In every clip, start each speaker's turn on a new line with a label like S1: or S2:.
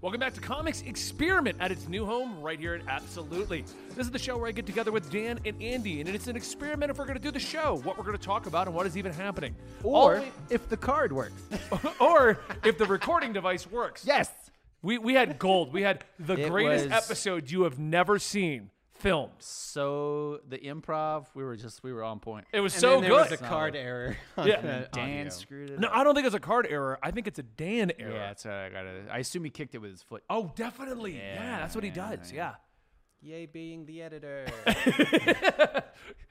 S1: Welcome back to Comics Experiment at its new home right here at Absolutely. This is the show where I get together with Dan and Andy, and it's an experiment if we're going to do the show, what we're going to talk about, and what is even happening.
S2: Or if the card works.
S1: or if the recording device works.
S2: yes.
S1: We, we had gold. We had the
S3: It
S1: greatest
S3: was-
S1: episode you have never seen films.
S3: So the improv, we were just we were on point.
S1: It was
S2: And
S1: so
S2: then there
S1: good.
S2: was a card error. on
S1: Yeah.
S2: the
S3: Dan
S2: audio.
S3: screwed it.
S1: no,
S3: up.
S1: I don't think it's a card error. I think it's a Dan error.
S3: Yeah, that's what I got. I assume he kicked it with his foot.
S1: Oh, definitely. Yeah, that's what he
S3: yeah,
S1: does. Yeah.
S3: yeah.
S2: Yay, being the editor.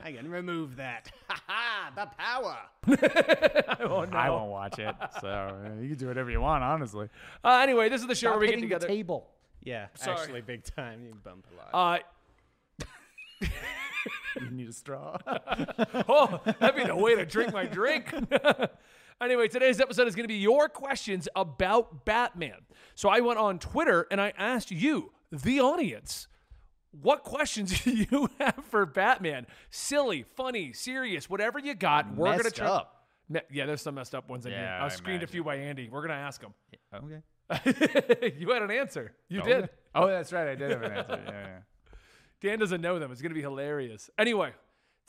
S2: I can remove that. Ha ha! The power.
S1: Oh, no.
S3: I won't watch it. So uh, you can do whatever you want, honestly.
S1: Uh, anyway, this is the show where we get
S2: hitting the
S1: together.
S2: table. Yeah.
S1: Sorry.
S2: Actually, big time. You bump a lot.
S1: uh,
S3: You need a straw.
S1: oh, that'd be the way to drink my drink. anyway, today's episode is going to be your questions about Batman. So I went on Twitter and I asked you, the audience, what questions do you have for Batman? Silly, funny, serious, whatever you got, we're going to
S3: Messed
S1: try.
S3: up.
S1: Me- Yeah, there's some messed up ones in here.
S3: Yeah,
S1: I
S3: I
S1: was screened a few by Andy. We're going to ask him.
S3: okay.
S1: you had an answer. You did.
S3: Oh, that's right. I did have an answer. Yeah, yeah.
S1: Dan doesn't know them. It's going to be hilarious. Anyway,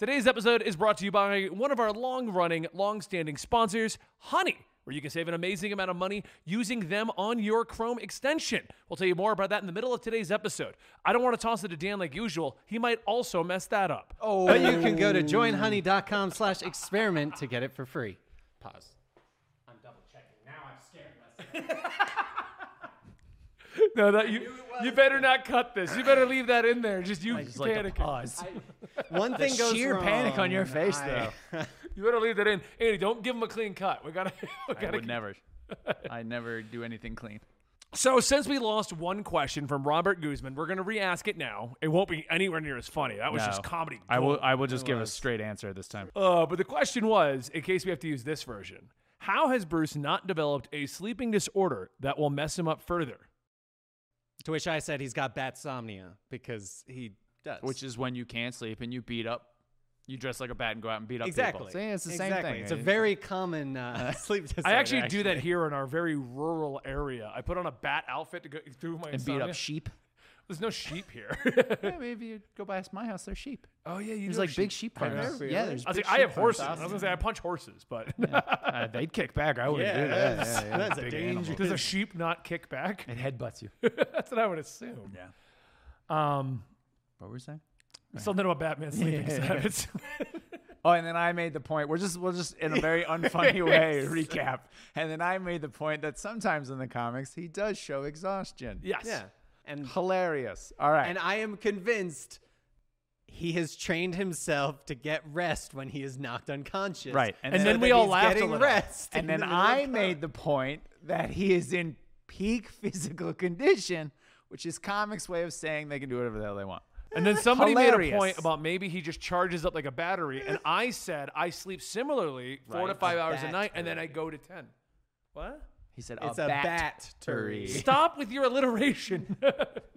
S1: today's episode is brought to you by one of our long running, long standing sponsors, Honey, where you can save an amazing amount of money using them on your Chrome extension. We'll tell you more about that in the middle of today's episode. I don't want to toss it to Dan like usual. He might also mess that up.
S2: oh. But you can go to joinhoney.com slash experiment to get it for free. Pause. I'm double checking. Now I'm scared.
S1: No, that you, you better not cut this. You better leave that in there. Just you panicking.
S2: One thing goes
S3: sheer
S2: wrong.
S3: panic on your face,
S2: I-
S1: You better leave that in. Andy, don't give him a clean cut. We gotta. We
S3: I
S1: gotta
S3: would never. I never do anything clean.
S1: So since we lost one question from Robert Guzman, we're gonna re-ask it now. It won't be anywhere near as funny. That was just comedy.
S3: I
S1: gold.
S3: will. I will just give a straight answer this time.
S1: Uh, but the question was, in case we have to use this version, how has Bruce not developed a sleeping disorder that will mess him up further?
S2: To which I said he's got batsomnia because he does.
S3: Which is when you can't sleep and you beat up. You dress like a bat and go out and beat up
S2: exactly.
S3: people. See, it's the
S2: exactly.
S3: same thing.
S2: It's a very common uh, sleep disorder.
S1: I actually, do that here in our very rural area. I put on a bat outfit to go through my
S3: and beat
S1: insomnia.
S3: up sheep.
S1: There's no sheep here.
S3: yeah, maybe you go by my house. There's sheep.
S1: oh yeah, you
S3: There's
S1: do
S3: like
S1: have
S3: big sheep
S1: I know.
S3: farms.
S2: Really?
S3: Yeah, there's.
S1: I was
S3: big
S1: like, I
S3: sheep
S1: have
S3: farms.
S1: horses. I was gonna say I punch horses, but
S3: Uh, they'd kick back. I would.
S2: Yeah,
S3: do
S2: that's- that's a
S3: Big
S2: dangerous-
S3: animal.
S1: does a sheep not kick back?
S3: It headbutts you.
S1: That's what I would assume.
S3: Yeah.
S1: Um,
S3: What were we saying?
S1: something about Batman's sleeping
S3: Yeah.
S1: habits.
S3: Oh, and then I made the point. We're just we'll just in a very unfunny way recap. And then I made the point that sometimes in the comics he does show exhaustion.
S1: yes.
S2: Yeah. And
S3: Hilarious. All right.
S2: and I am convinced he has trained himself to get rest when he is knocked unconscious.
S3: Right, and
S1: And
S2: so
S1: then
S2: that
S1: we all
S2: he's
S1: laughed a
S2: getting
S1: little.
S2: rest.
S3: and
S2: in
S3: then
S2: the middle
S3: I
S2: of
S3: made
S2: time.
S3: the point that he is in peak physical condition, which is comics' way of saying they can do whatever the hell they want.
S1: And then somebody made a
S3: Hilarious.
S1: point about maybe he just charges up like a battery, and I said I sleep similarly four to
S3: Right.
S1: five
S2: A
S1: hours a
S2: bat
S1: night, and then I go to ten. What?
S3: He said,
S2: It's a bat
S3: battery."
S1: Stop with your alliteration.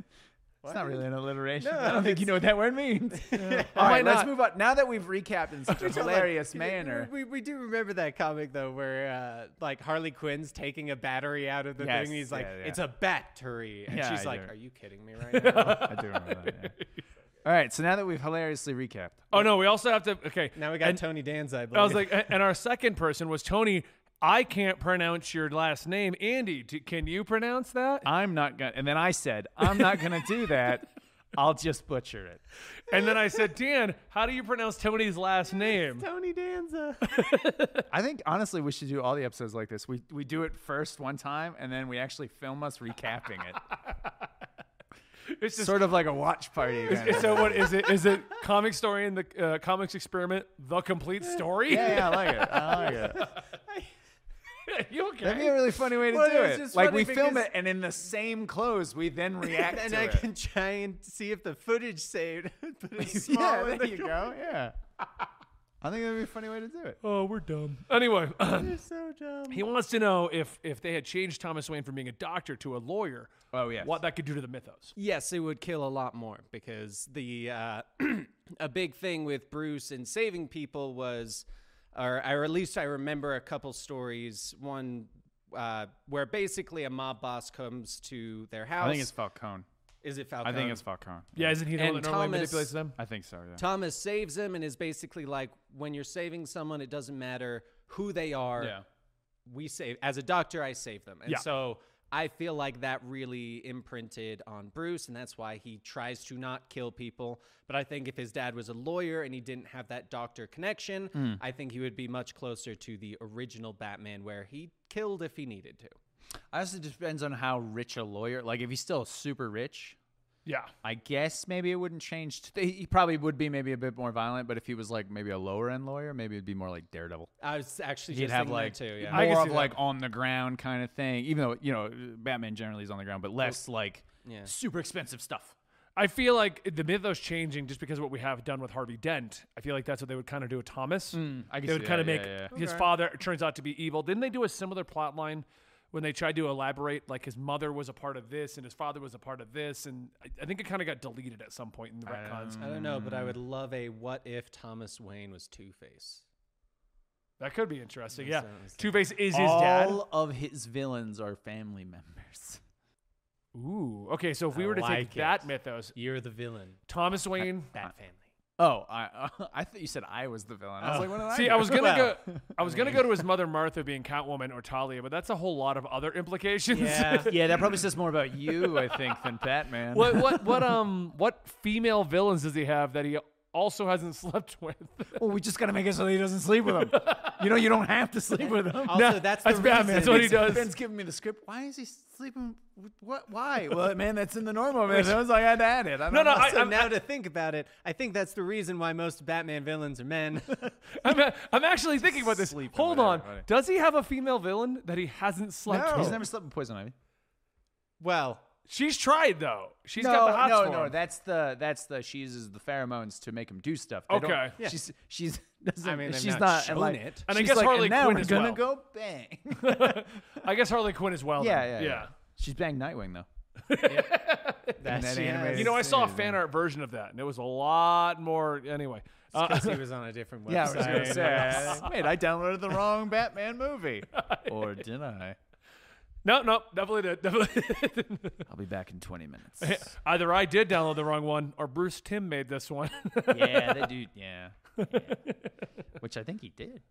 S3: It's not really an alliteration. I don't think you know what that word means. All
S1: Why
S3: right, let's
S1: not?
S3: move on. Now that we've recapped in such a
S2: So, like,
S3: hilarious
S2: we-
S3: manner,
S2: We, we do remember that comic though, where uh, like Harley Quinn's taking a battery out of the
S3: Yes,
S2: thing. And he's like,
S3: yeah, yeah.
S2: "It's a battery," and
S3: Yeah,
S2: she's
S3: I
S2: like,
S3: do.
S2: "Are you kidding me right now?"
S3: I do remember that. yeah. All right, so now that we've hilariously recapped,
S1: oh no, we also have to. Okay.
S2: now we got
S1: And
S2: Tony Danza. I,
S1: I was
S2: believe.
S1: like, and our second person was Tony. I can't pronounce your last name, Andy. d- can you pronounce that?
S3: I'm not gonna. And then I said, I'm not gonna do that. I'll just butcher it.
S1: And then I said, Dan, how do you pronounce Tony's last name?
S2: Tony Danza.
S3: I think honestly, we should do all the episodes like this. We we do it first one time, and then we actually film us recapping it,
S1: It's just
S3: sort of like a watch party. Event.
S1: so what is it? Is it comic story in the uh, comics experiment? The complete story?
S3: yeah, yeah, I like it. I like it.
S1: you okay?
S3: That'd be a really funny way to
S2: Well, it
S3: do
S2: was
S3: it.
S2: just
S3: like we
S2: funny
S3: film
S2: because-
S3: it, and in the same clothes, we then react
S2: and
S3: to
S2: I
S3: it.
S2: can try and see if the footage saved. but it's small
S3: yeah,
S2: in
S3: there
S2: the
S3: you go. Yeah, I think that'd be a funny way to do it.
S1: oh, we're dumb. Anyway,
S2: You're so dumb.
S1: he wants to know if if they had changed Thomas Wayne from being a doctor to a lawyer.
S3: Oh, yes.
S1: what that could do to the mythos.
S2: Yes, it would kill a lot more because the uh, a big thing with Bruce and saving people was, or, or at least I remember a couple stories. One uh, where basically a mob boss comes to their house.
S3: I think it's Falcone.
S2: is it Falcone?
S3: I think it's Falcone.
S1: Yeah, isn't he the one
S2: And
S1: that normally
S2: Thomas-
S1: manipulates them?
S3: I think so. Yeah.
S2: Thomas saves him and is basically like, when you're saving someone, it doesn't matter who they are.
S3: yeah.
S2: We save as a doctor, I save them, and
S1: Yeah.
S2: so I feel like that really imprinted on Bruce, and that's why he tries to not kill people. But I think if his dad was a lawyer and he didn't have that doctor connection,
S3: Hmm.
S2: I think he would be much closer to the original Batman, where he killed if he needed to.
S3: I also depends on how rich a lawyer. Like if he's still super rich,
S1: Yeah.
S3: I guess maybe it wouldn't change. t- He probably would be maybe a bit more violent, but if he was like maybe a lower end lawyer, maybe it'd be more like Daredevil.
S2: I was actually
S3: He'd
S2: just
S3: have
S2: thinking that
S3: like
S2: too. Yeah,
S1: I can
S3: more
S1: see
S3: of
S1: that.
S3: like on the ground kind of thing. Even though you know Batman generally is on the ground, but less like
S2: Yeah.
S3: super expensive stuff.
S1: I feel like the mythos changing just because of what we have done with Harvey Dent. I feel like that's what they would kind of do with Thomas.
S3: Hmm, I can
S1: they
S3: see
S1: would kind of
S3: that,
S1: make
S3: yeah, yeah,
S1: his father turns out to be evil. Didn't they do a similar plot line when they tried to elaborate like his mother was a part of this and his father was a part of this and I, I think it kind of got deleted at some point in the retcons.
S2: I don't know, but I would love a what if Thomas Wayne was Two Face.
S1: that could be interesting. Yeah.
S2: sounds like-
S1: Two Face is his dad.
S3: All of his villains are family members.
S1: Ooh. Okay, so if we
S2: I
S1: were to
S2: like
S1: take that
S2: it.
S1: mythos,
S2: You're the villain,
S1: Thomas Wayne
S2: Bat Family.
S3: Oh, I I thought you said I was the villain. I was like, what did I
S1: See,
S3: do?
S1: I was gonna
S3: Well,
S1: go. I was gonna go to his mother Martha being Catwoman or Talia, but that's a whole lot of other implications.
S2: Yeah.
S3: Yeah, that probably says more about you, I think, than Batman.
S1: what what what um what female villains does he have that he also hasn't slept with?
S3: Well, we just gotta make it so that he doesn't sleep with him. you know, you don't have to sleep with him.
S2: Also, that's the
S1: that's Batman,
S2: reason.
S1: that's what he does.
S3: Ben's giving me the script. Why is he sleeping? With what? Why? well, man, that's in the normal. Man, so I had to add it. I don't
S1: No, no,
S3: know.
S1: I-
S2: So
S1: I'm-
S2: now to think about it, I think that's the reason why most Batman villains are men.
S1: I'm, a- I'm actually thinking about this.
S3: Sleeping
S1: Hold
S3: with
S1: on.
S3: everybody.
S1: Does he have a female villain that he hasn't slept
S3: He's
S1: with?
S3: never slept with Poison Ivy.
S2: well,
S1: She's tried though. She's got the
S3: No,
S1: hots
S3: no,
S1: for
S3: no.
S1: him.
S3: That's the that's the she uses the pheromones to make him do stuff. They don't-
S1: Okay. Yeah.
S3: She's she's doesn't.
S2: mean, they've
S3: she's
S2: not shown
S3: like,
S2: it.
S1: And I
S3: she's
S1: guess
S3: like,
S1: Harley
S3: and now
S1: Quinn
S3: we're
S1: as
S3: gonna
S1: well."
S3: go bang.
S1: I guess Harley Quinn as well.
S3: yeah, yeah,
S1: then.
S3: yeah, She's banged Nightwing though.
S2: that's
S3: that animated-
S1: You know, I saw a fan art version of that, and it was a lot more. Anyway, Uh,
S2: because he was on a different website.
S3: Yeah, I was gonna say. Wait, I downloaded the wrong Batman movie, or did I?
S1: no, no, definitely, did, definitely.
S3: I'll be back in 20 minutes.
S1: Either I did download the wrong one, or Bruce Tim made this one.
S3: yeah, that dude. Yeah. Which I think he did.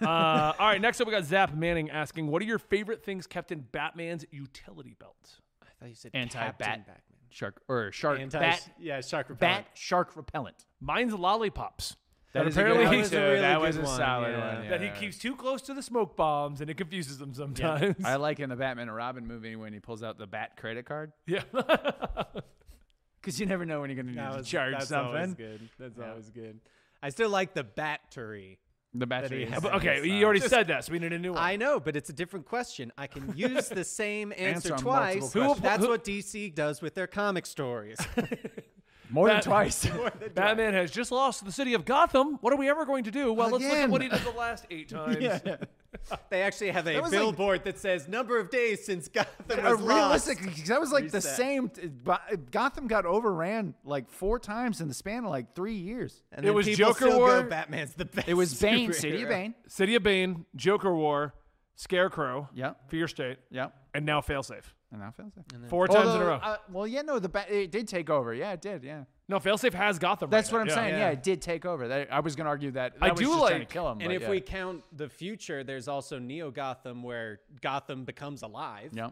S1: Uh, all right, next up we got Zap Manning asking, "What are your favorite things kept in Batman's utility belt?"
S2: I thought you said
S3: Anti-bat.
S2: Captain Batman.
S3: Shark or shark
S2: Anti-
S3: bat
S2: yeah, shark repellent.
S3: bat shark repellent.
S1: Mine's lollipops
S3: That
S1: is a good Apparently one,
S2: he- too. That was a solid one,
S1: that he keeps too close to the smoke bombs, and it confuses them sometimes.
S3: I like in the Batman and Robin movie when he pulls out the bat credit card
S1: yeah.
S3: because you never know when you're going
S2: That
S3: to
S2: was-
S3: charge
S2: that's
S3: something.
S2: Always good. That's always good. I still like the battery.
S3: The
S2: That
S3: battery.
S2: he
S3: has-
S2: has.
S1: But, okay, you already said that, so we need a new one.
S2: I know, but it's a different question. I can use the same answer,
S3: Answer on multiple
S2: twice.
S3: questions.
S2: That's what DC does with their comic stories.
S3: More
S1: Bat-
S3: than twice.
S1: Batman has just lost the city of Gotham. What are we ever going to do? Well, let's look at
S3: Again.
S1: what he did the last eight times.
S3: Uh,
S2: they actually have a
S3: was like-
S2: billboard that says number of days since Gotham
S3: A
S2: was lost.
S3: realistic, 'cause that was like the
S2: Reset.
S3: same. t- Bo- Gotham got overran like four times in the span of like three years.
S2: And
S1: It
S2: then
S1: was
S2: people
S1: Joker
S2: still go,
S1: War.
S2: Batman's the best.
S3: It was Bane, City
S2: superhero."
S3: of Bane.
S1: City of Bane, Joker War, Scarecrow,
S3: Yep.
S1: Fear State,
S3: Yep.
S1: and now Failsafe.
S3: And that fails. it.
S1: Four times in a
S3: Although,
S1: row.
S3: uh, well, yeah, no, the ba- it did take over. Yeah, it did. Yeah,
S1: no, Failsafe has Gotham.
S3: that's
S1: right
S3: what I'm
S1: now. Yeah.
S3: saying. Yeah.
S2: Yeah.
S3: it did take over. That, I was going to argue that.
S1: I
S3: that was
S1: do
S3: just trying
S1: like-
S3: to kill him.
S2: And
S3: but
S2: if
S3: yeah.
S2: we count the future, there's also Neo Gotham, where Gotham becomes alive.
S3: yeah,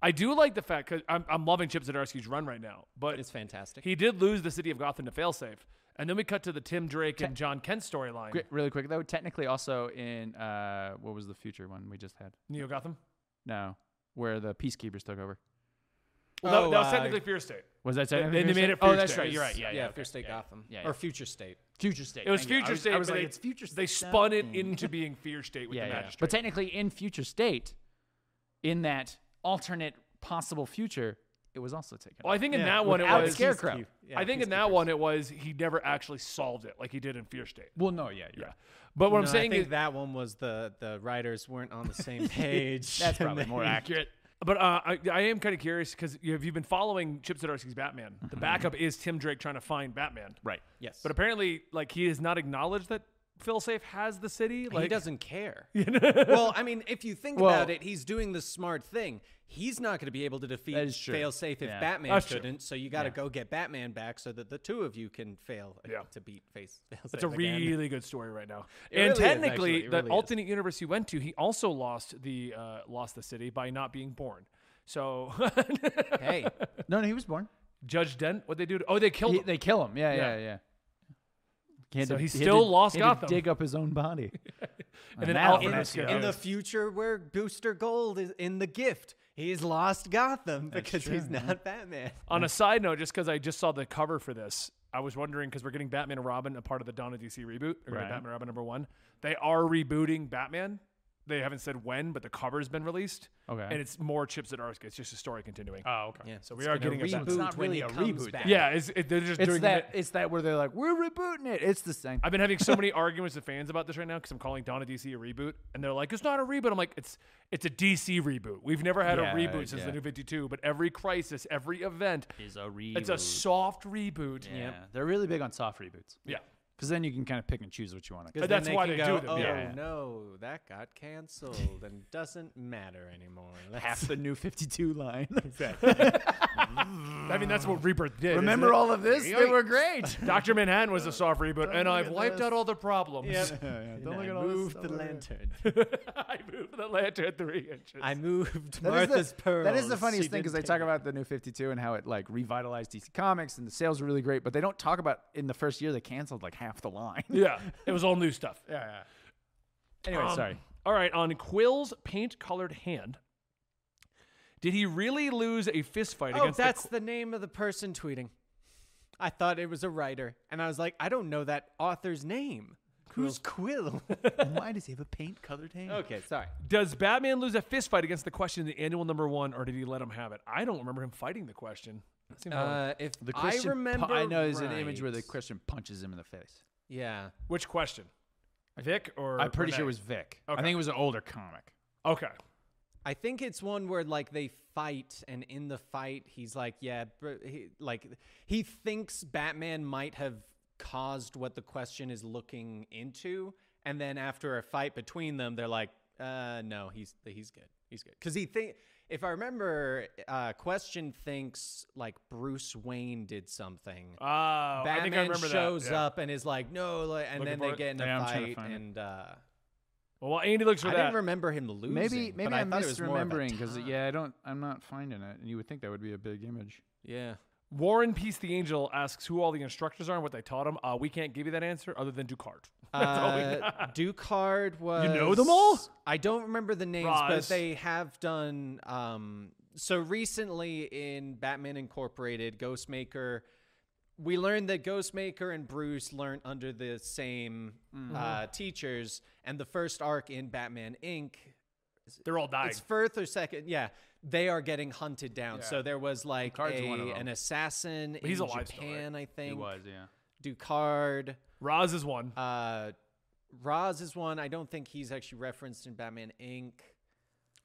S1: I do like the fact because I'm, I'm loving Chip Zdarsky's run right now, but
S2: It's fantastic.
S1: he did lose the city of Gotham to failsafe, and then we cut to the Tim Drake and John Kent storyline.
S3: Qu- really quick though, technically also in uh, what was the future one we just had?
S1: Neo Gotham.
S3: No, where the peacekeepers took over.
S1: Well, that-
S2: Oh,
S1: that, was
S2: uh,
S1: technically Fear State.
S3: Was that
S1: They,
S3: technically
S1: they
S3: Future
S1: made it.
S3: State?
S1: Fear
S3: Oh, that's
S1: State.
S3: right. You're right. Yeah,
S2: yeah,
S3: yeah.
S2: Fear State Gotham
S3: yeah, yeah.
S2: or Future State.
S3: Future State.
S1: It was
S3: Thank you. I
S1: Future State.
S3: I was
S1: but
S3: like,
S1: they,
S3: it's Future State.
S1: They spun it into being Fear State with
S3: Yeah,
S1: the
S3: yeah.
S1: magistrate.
S3: But technically, in Future State, in that alternate possible future, it was also taken.
S1: well, I
S3: over.
S1: think in that one it
S3: without
S1: was.
S3: Scarecrow. Crap.
S1: I think in that one it was he never actually solved it like he did in Fear State.
S3: Well, no, yeah, you're
S1: Yeah.
S3: right.
S1: But what
S2: No,
S1: I'm saying
S2: I think
S1: is
S2: that one was the the writers weren't on the same page.
S3: That's probably more accurate.
S1: But uh, I, I am kind of curious because you, if you've been following Chip Zdarsky's Batman,
S2: Mm-hmm.
S1: the backup is Tim Drake trying to find Batman.
S3: Right.
S2: yes,
S1: But apparently, like he has not acknowledged that Philsafe has the city?
S2: he
S1: Like,
S2: doesn't care. well, I mean, if you think
S3: Well-
S2: about it, he's doing the smart thing. He's not going to be able to defeat
S3: That is true.
S2: Failsafe if
S3: Yeah.
S2: Batman
S1: That's true.
S2: couldn't. So you got to go get Batman back so that the two of you can fail
S1: Yeah.
S2: to beat Face.
S1: It's a really good story right now.
S2: It
S1: and
S2: really is,
S1: technically,
S2: actually. It
S1: the
S2: really is.
S1: alternate universe he went to, he also lost the uh, lost the city by not being born. So
S2: hey.
S3: No, no, he was born.
S1: Judge Dent, what they do? To, oh, they killed
S3: He-
S1: him.
S3: they kill him. Yeah,
S1: Yeah.
S3: yeah, yeah. He had
S1: So he
S3: had
S1: still lost
S3: he had to
S1: Gotham.
S3: Dig up his own body.
S1: and then
S3: now
S1: Alfred
S3: in-
S1: has to
S3: in
S1: go.
S2: In the future, where Booster Gold is in the gift, he's lost Gotham because he's not Batman.
S1: On a side note, just because I just saw the cover for this, I was wondering because we're getting Batman and Robin a part of the Dawn of DC reboot. We're gonna
S3: Right.
S1: get Batman and Robin number one. They are rebooting Batman. They haven't said when, but the cover's been released.
S3: Okay.
S1: And it's more Chips at Arsk. It's just a story continuing.
S3: Oh, okay.
S2: Yeah,
S1: so we are getting a
S2: reboot
S1: Batman.
S3: not
S2: when
S3: really
S2: he
S3: a
S2: comes
S3: reboot,
S2: back.
S3: though.
S1: Yeah, it's, it, they're just
S3: It's
S1: doing
S3: that. It's that where they're like, we're rebooting it. It's the same.
S1: I've been having so many arguments with fans about this right now because I'm calling Dawn of DC a reboot, and they're like, "It's not a reboot." I'm like, "It's it's a DC reboot. We've never had
S3: Yeah,
S1: a reboot since
S3: yeah.
S1: the New 52, but every crisis, every event,
S3: Is a reboot.
S1: it's a soft reboot."
S3: yeah. They're really big on soft reboots.
S1: Yeah.
S3: Because then you can kind of pick and choose what you want to.
S1: But that's
S2: then
S1: why
S2: can
S1: they
S2: go,
S1: do them,
S2: Oh
S3: yeah.
S2: no, that got canceled and doesn't matter anymore.
S3: Half
S2: That's
S3: the new 52 line.
S1: I mean, that's what Rebirth did.
S3: Remember all of this? They were great.
S1: Doctor Manhattan was a soft reboot, and I've
S3: at
S1: wiped
S3: this.
S1: out all the problems.
S3: Don't look
S2: I
S3: at all this
S2: moved the
S3: stuff.
S2: lantern.
S1: I moved the lantern three inches.
S2: I moved
S3: That is
S2: Martha's
S3: the,
S2: pearls.
S3: That is the
S2: She
S3: funniest thing
S2: didn't
S3: because they
S2: take
S3: talk
S2: it.
S3: about the new 52 and how it like revitalized DC Comics and the sales were really great, but they don't talk about in the first year they canceled like half the line.
S1: yeah, it was all new stuff.
S3: yeah. Anyway,
S1: Um,
S3: sorry.
S1: All right, on Quill's paint-colored hand, did he really lose a fist fight
S2: Oh,
S1: against? the
S2: that's the name of the person tweeting. I thought it was a writer, and I was like, I don't know that author's name. Who's Quill?
S3: and why does he have a paint colored hand?
S2: okay, sorry.
S1: Does Batman lose a fist fight against the question in the annual number one, or did he let him have it? I don't remember him fighting the question. That seems wrong.
S2: Uh, if
S3: The
S2: I
S3: Christian pu-
S2: remember,
S3: I know there's an image where the
S2: right-
S3: Christian punches him in the face.
S2: yeah,
S1: Which question? Vic or
S3: I'm pretty
S1: or
S3: sure
S1: Nate?
S3: it was Vic.
S1: Okay.
S3: I think it was an older comic.
S1: okay. Uh,
S2: I think it's one where like they fight, and in the fight, he's like, yeah, br- he, like he thinks Batman might have caused what the question is looking into, and then after a fight between them, they're like, uh, no, he's he's good, he's good, because he think. If I remember, uh, question thinks like Bruce Wayne did something.
S1: Oh, I think I
S2: Batman
S1: remember that.
S2: shows
S1: Yeah.
S2: up and is like, no, like, and
S1: Looking
S2: then they
S1: for it?
S2: get in a
S3: Yeah, I'm trying to
S2: fight,
S3: find it.
S2: and uh,
S1: Well, while Andy looks for
S2: I
S1: that.
S2: didn't remember him losing.
S3: Maybe
S2: but
S3: maybe
S2: I
S3: I'm
S2: thought it was more of a
S3: misremembering because
S2: tie.
S3: yeah, I don't I'm not finding it. And you would think that would be a big image.
S2: yeah.
S1: Warren Peace the Angel asks who all the instructors are and what they taught him. Uh, we can't give you that answer other than Ducard. That's all we
S2: Uh, Ducard was.
S1: know them all?
S2: I don't remember the names,
S1: Roz.
S2: but they have done. Um, so recently in Batman Incorporated, Ghostmaker, we learned that Ghostmaker and Bruce learned under the same
S1: Mm-hmm.
S2: uh, teachers, and the first arc in Batman Inc.
S1: They're all dying.
S2: It's first or second, yeah. They are getting hunted down. So there was like
S3: Ducard's one of
S2: a,
S3: them.
S2: an assassin in
S1: he's alive still, right?
S2: Japan, I think.
S3: yeah.
S2: Ducard.
S1: Roz is one.
S2: Uh, Roz is one. I don't think he's actually referenced in Batman Inc.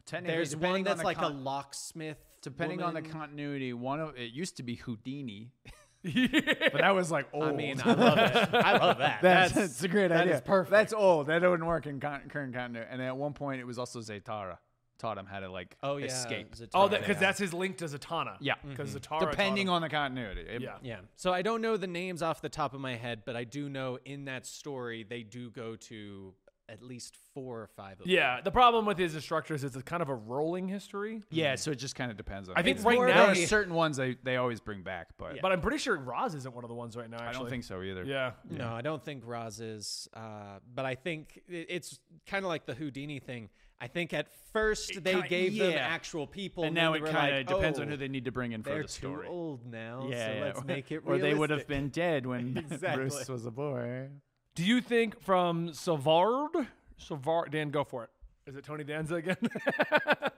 S3: Technically,
S2: There's
S3: depending
S2: one
S3: on
S2: that's
S3: the
S2: like
S3: con-
S2: a locksmith.
S3: depending on the
S2: woman.
S3: continuity. One of it used to be Houdini, but that was like old.
S2: I mean, I love it. I love that.
S3: that's,
S2: that's
S3: that's a great
S2: that
S3: idea.
S2: is perfect.
S3: That's old. That wouldn't work in con- current continuity. And at one point, it was also Zaytara taught him how to like
S2: oh yeah,
S3: escape.
S2: Zatanna.
S1: oh, because that's his link to Zatanna.
S3: Yeah. Mm-hmm.
S1: Because Zatara. taught
S3: Depending
S1: him-
S3: on the continuity, It-
S1: Yeah.
S2: Yeah. So I don't know the names off the top of my head, but I do know in that story they do go to at least four or five of them.
S1: Yeah. The problem with his instructors is it's kind of a rolling history.
S3: yeah. So it just kind of depends on.
S1: I think
S3: It's
S1: right
S3: more-
S1: now-
S3: there are certain ones they, they always bring back, but
S1: But I'm pretty sure Roz isn't one of the ones right now. Actually.
S3: I don't think so either.
S1: Yeah.
S2: No, I don't think Roz is. Uh, but I think it, it's kind of like the Houdini thing. I think at first they
S3: kinda-
S2: gave them
S3: yeah.
S2: actual people,
S3: And now
S2: then
S3: it
S2: they were
S3: kind of
S2: like,
S3: depends on
S2: "Oh,
S3: who they need to bring in for
S2: They're
S3: the story.
S2: too old now,
S3: Yeah,
S2: so
S3: yeah.
S2: let's make it
S3: or
S2: realistic.
S3: they would have been dead when
S2: Exactly.
S3: Bruce was a boy.
S1: Do you think from Savard? Savard. Dan, go for it. Is it Tony Danza again?
S3: A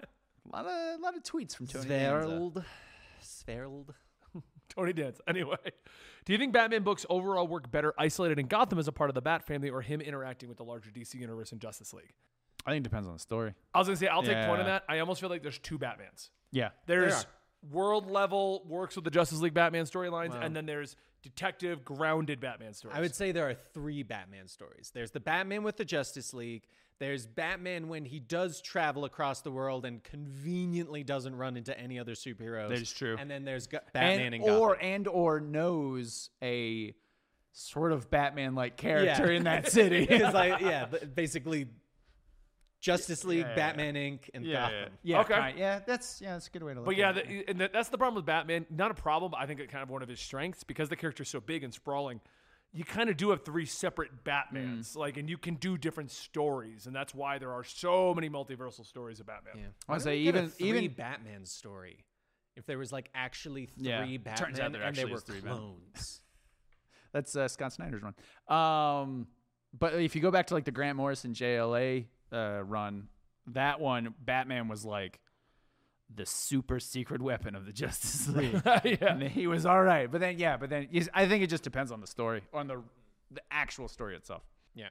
S3: lot of, lot of tweets from Tony. Danza.
S2: Sverld. Sverld.
S1: Tony Danza. Anyway, do you think Batman books overall work better isolated in Gotham as a part of the Bat family or him interacting with the larger DC universe and Justice League?
S3: I think it depends on the story.
S1: I was going to say, I'll take point
S3: Yeah.
S1: on that. I almost feel like there's two Batmans.
S3: Yeah.
S1: There's world level works with the Justice League Batman storylines, and then there's detective grounded Batman stories.
S2: I would say there are three Batman stories. There's the Batman with the Justice League. There's Batman when he does travel across the world and conveniently doesn't run into any other superheroes.
S3: That is true.
S2: And then there's Go-
S3: and,
S2: Batman and,
S3: or
S2: Gotham.
S3: and or knows a sort of Batman like character in that city.
S2: it's like yeah, b- basically Justice League, Batman Inc., and
S3: yeah,
S2: Gotham.
S3: yeah,
S1: Okay.
S3: kind- yeah. That's yeah, that's a good way to look.
S1: But yeah,
S3: at it.
S1: the, and that- that's the problem with Batman. Not a problem, but I think it's kind of one of his strengths because the character's so big and sprawling. You kind of do have three separate Batmans, like, and you can do different stories, and that's why there are so many multiversal stories of Batman.
S3: I would say
S2: We get a
S3: even
S2: three
S3: even
S2: Batman story. If there was like actually three
S3: Yeah.
S2: Batman
S4: Turns out there
S2: and they
S4: actually
S2: were
S4: is three Batman.
S2: clones.
S3: That's uh, Scott Snyder's run. Um, but if you go back to like the Grant Morrison JLA uh, run, that one Batman was like the super secret weapon of the Justice League.
S1: yeah.
S3: and he was all right. But then yeah, but then yes, I think it just depends on the story, on the the actual story itself.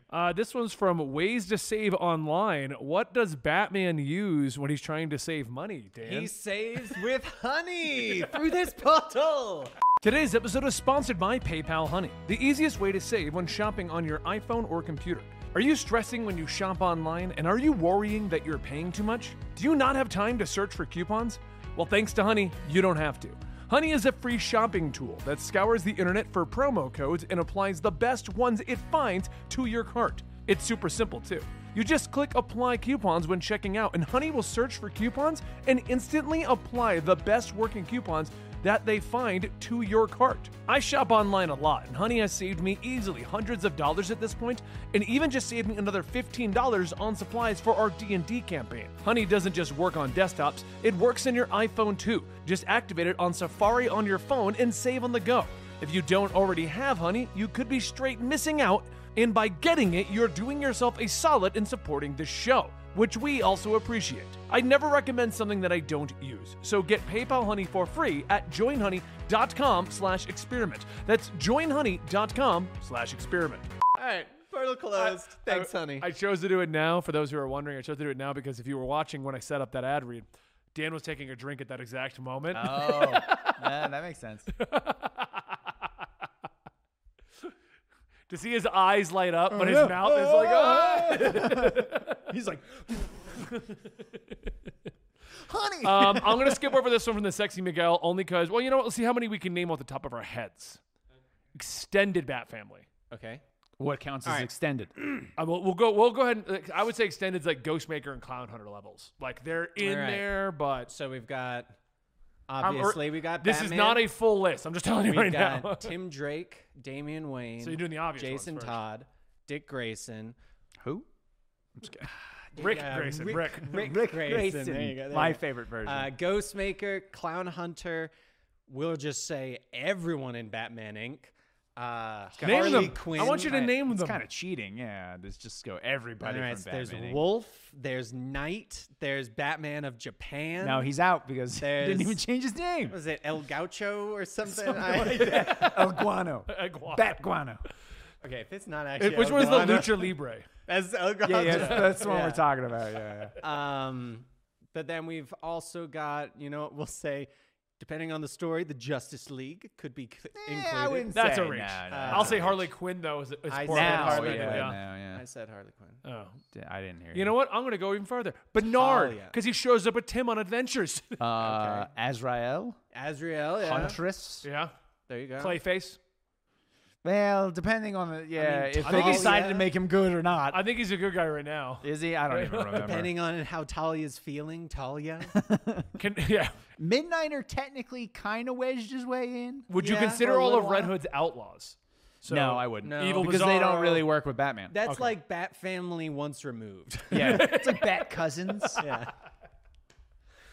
S1: Uh, this one's from Ways to Save Online. What does Batman use when he's trying to save money, Dan?
S2: he saves with honey through this portal.
S1: Today's episode is sponsored by PayPal Honey, the easiest way to save when shopping on your iPhone or computer. Are you stressing when you shop online and are you worrying that you're paying too much? Do you not have time to search for coupons? Well, thanks to Honey, you don't have to. Honey is a free shopping tool that scours the internet for promo codes and applies the best ones it finds to your cart. It's super simple, too. You just click apply coupons when checking out, and Honey will search for coupons and instantly apply the best working coupons that they find to your cart. I shop online a lot, and Honey has saved me easily hundreds of dollars at this point, and even just saved me another $15 on supplies for our D&D campaign. Honey doesn't just work on desktops, it works in your iPhone too. Just activate it on Safari on your phone and save on the go. If you don't already have Honey, you could be straight missing out, and by getting it, you're doing yourself a solid in supporting the show, which we also appreciate. I never recommend something that I don't use, so get PayPal Honey for free at joinhoney.com slash experiment. That's joinhoney.com slash experiment.
S2: All right, portal closed. Thanks, honey.
S1: I chose to do it now, for those who are wondering, I chose to do it now because if you were watching when I set up that ad read, Dan was taking a drink at that exact moment.
S3: Oh, yeah, that makes sense.
S1: to see his eyes light up, but his mouth is like, oh.
S2: "Ah!"
S3: He's like,
S2: honey.
S1: um, I'm gonna skip over this one from the sexy Miguel only because, well, you know what? Let's see how many we can name off the top of our heads. Extended bat family.
S2: okay.
S3: what counts as
S2: right.
S3: extended?
S1: Um, we'll, we'll go. We'll go ahead. And, like, I would say extended's like Ghostmaker and Clown Hunter levels. Like they're in
S2: Alright.
S1: there, but
S2: So we've got
S1: I'm- Um, or-
S2: obviously we got
S1: This
S2: Batman.
S1: is not a full list. I'm just telling you
S2: We've
S1: right
S2: got
S1: now.
S2: Tim Drake, Damian Wayne.
S1: So you're doing the obvious ones
S2: Jason
S1: first.
S2: Todd, Dick Grayson,
S3: Who?
S1: Rick
S2: uh,
S1: Grayson. Rick.
S2: Rick- Rick, Grayson. There you go, there
S3: my
S2: you go.
S3: favorite version.
S2: Uh, Ghostmaker, Clown Hunter. We'll just say everyone in Batman Inc. Uh,
S1: Name
S2: Harley
S1: them.
S2: Quinn.
S1: I want you to
S3: Right.
S1: name
S3: it's
S1: them.
S3: kind of cheating. Yeah, let's just go everybody
S2: All right,
S3: from
S2: so there's
S3: Batman. Inc.
S2: Wolf. There's Knight. There's Batman of Japan.
S3: No, he's out because he
S2: There's-
S3: didn't even change his name.
S2: was it El Gaucho or something? I-
S3: El Guano.
S1: Guano.
S3: Bat Guano.
S2: okay, if it's not actually
S1: It- which
S2: El
S1: one's the
S2: Guano-
S1: Lucha Libre?
S2: That's El Gaucho.
S3: Yeah, yeah, that's, that's the one
S2: Yeah.
S3: we're talking about. Yeah, yeah.
S2: Um, but then we've also got, you know, we'll say, depending on the story, the Justice League could be c- included.
S3: I wouldn't
S1: That's
S3: say
S1: a reach.
S3: no, no,
S1: I'll
S2: that's
S1: say Harley Quinn though. Is, is
S2: I
S1: poor
S2: said
S1: man's
S3: now.
S2: Harley
S1: Batman,
S2: Quinn.
S3: yeah,
S1: yeah.
S3: now, yeah.
S2: I said Harley Quinn.
S1: Oh.
S3: D- I didn't hear
S1: You know what? I'm gonna go even further. Bernard,
S2: Talia.
S1: because he shows up with Tim on Adventures.
S3: Uh, Azrael,
S2: Azrael, yeah.
S3: Huntress.
S1: yeah.
S2: There you go.
S1: Clayface.
S3: Well, depending on the yeah, if they
S1: Talia.
S3: decided to make him good or not.
S1: I think he's a good guy right now.
S3: is he? I don't even remember.
S2: Depending on how Talia's feeling, Talia.
S1: Can, yeah.
S3: Midnighter technically kind of wedged his way in.
S1: Would you
S2: Yeah,
S1: consider
S2: for a
S1: all of
S2: little
S1: Red
S2: while.
S1: Hood's outlaws? So,
S3: no, I wouldn't.
S2: No.
S1: Evil
S3: because they don't
S1: Bizarro.
S3: really work with Batman.
S2: That's like Bat Family once removed.
S3: yeah, it's like Bat cousins.
S2: yeah.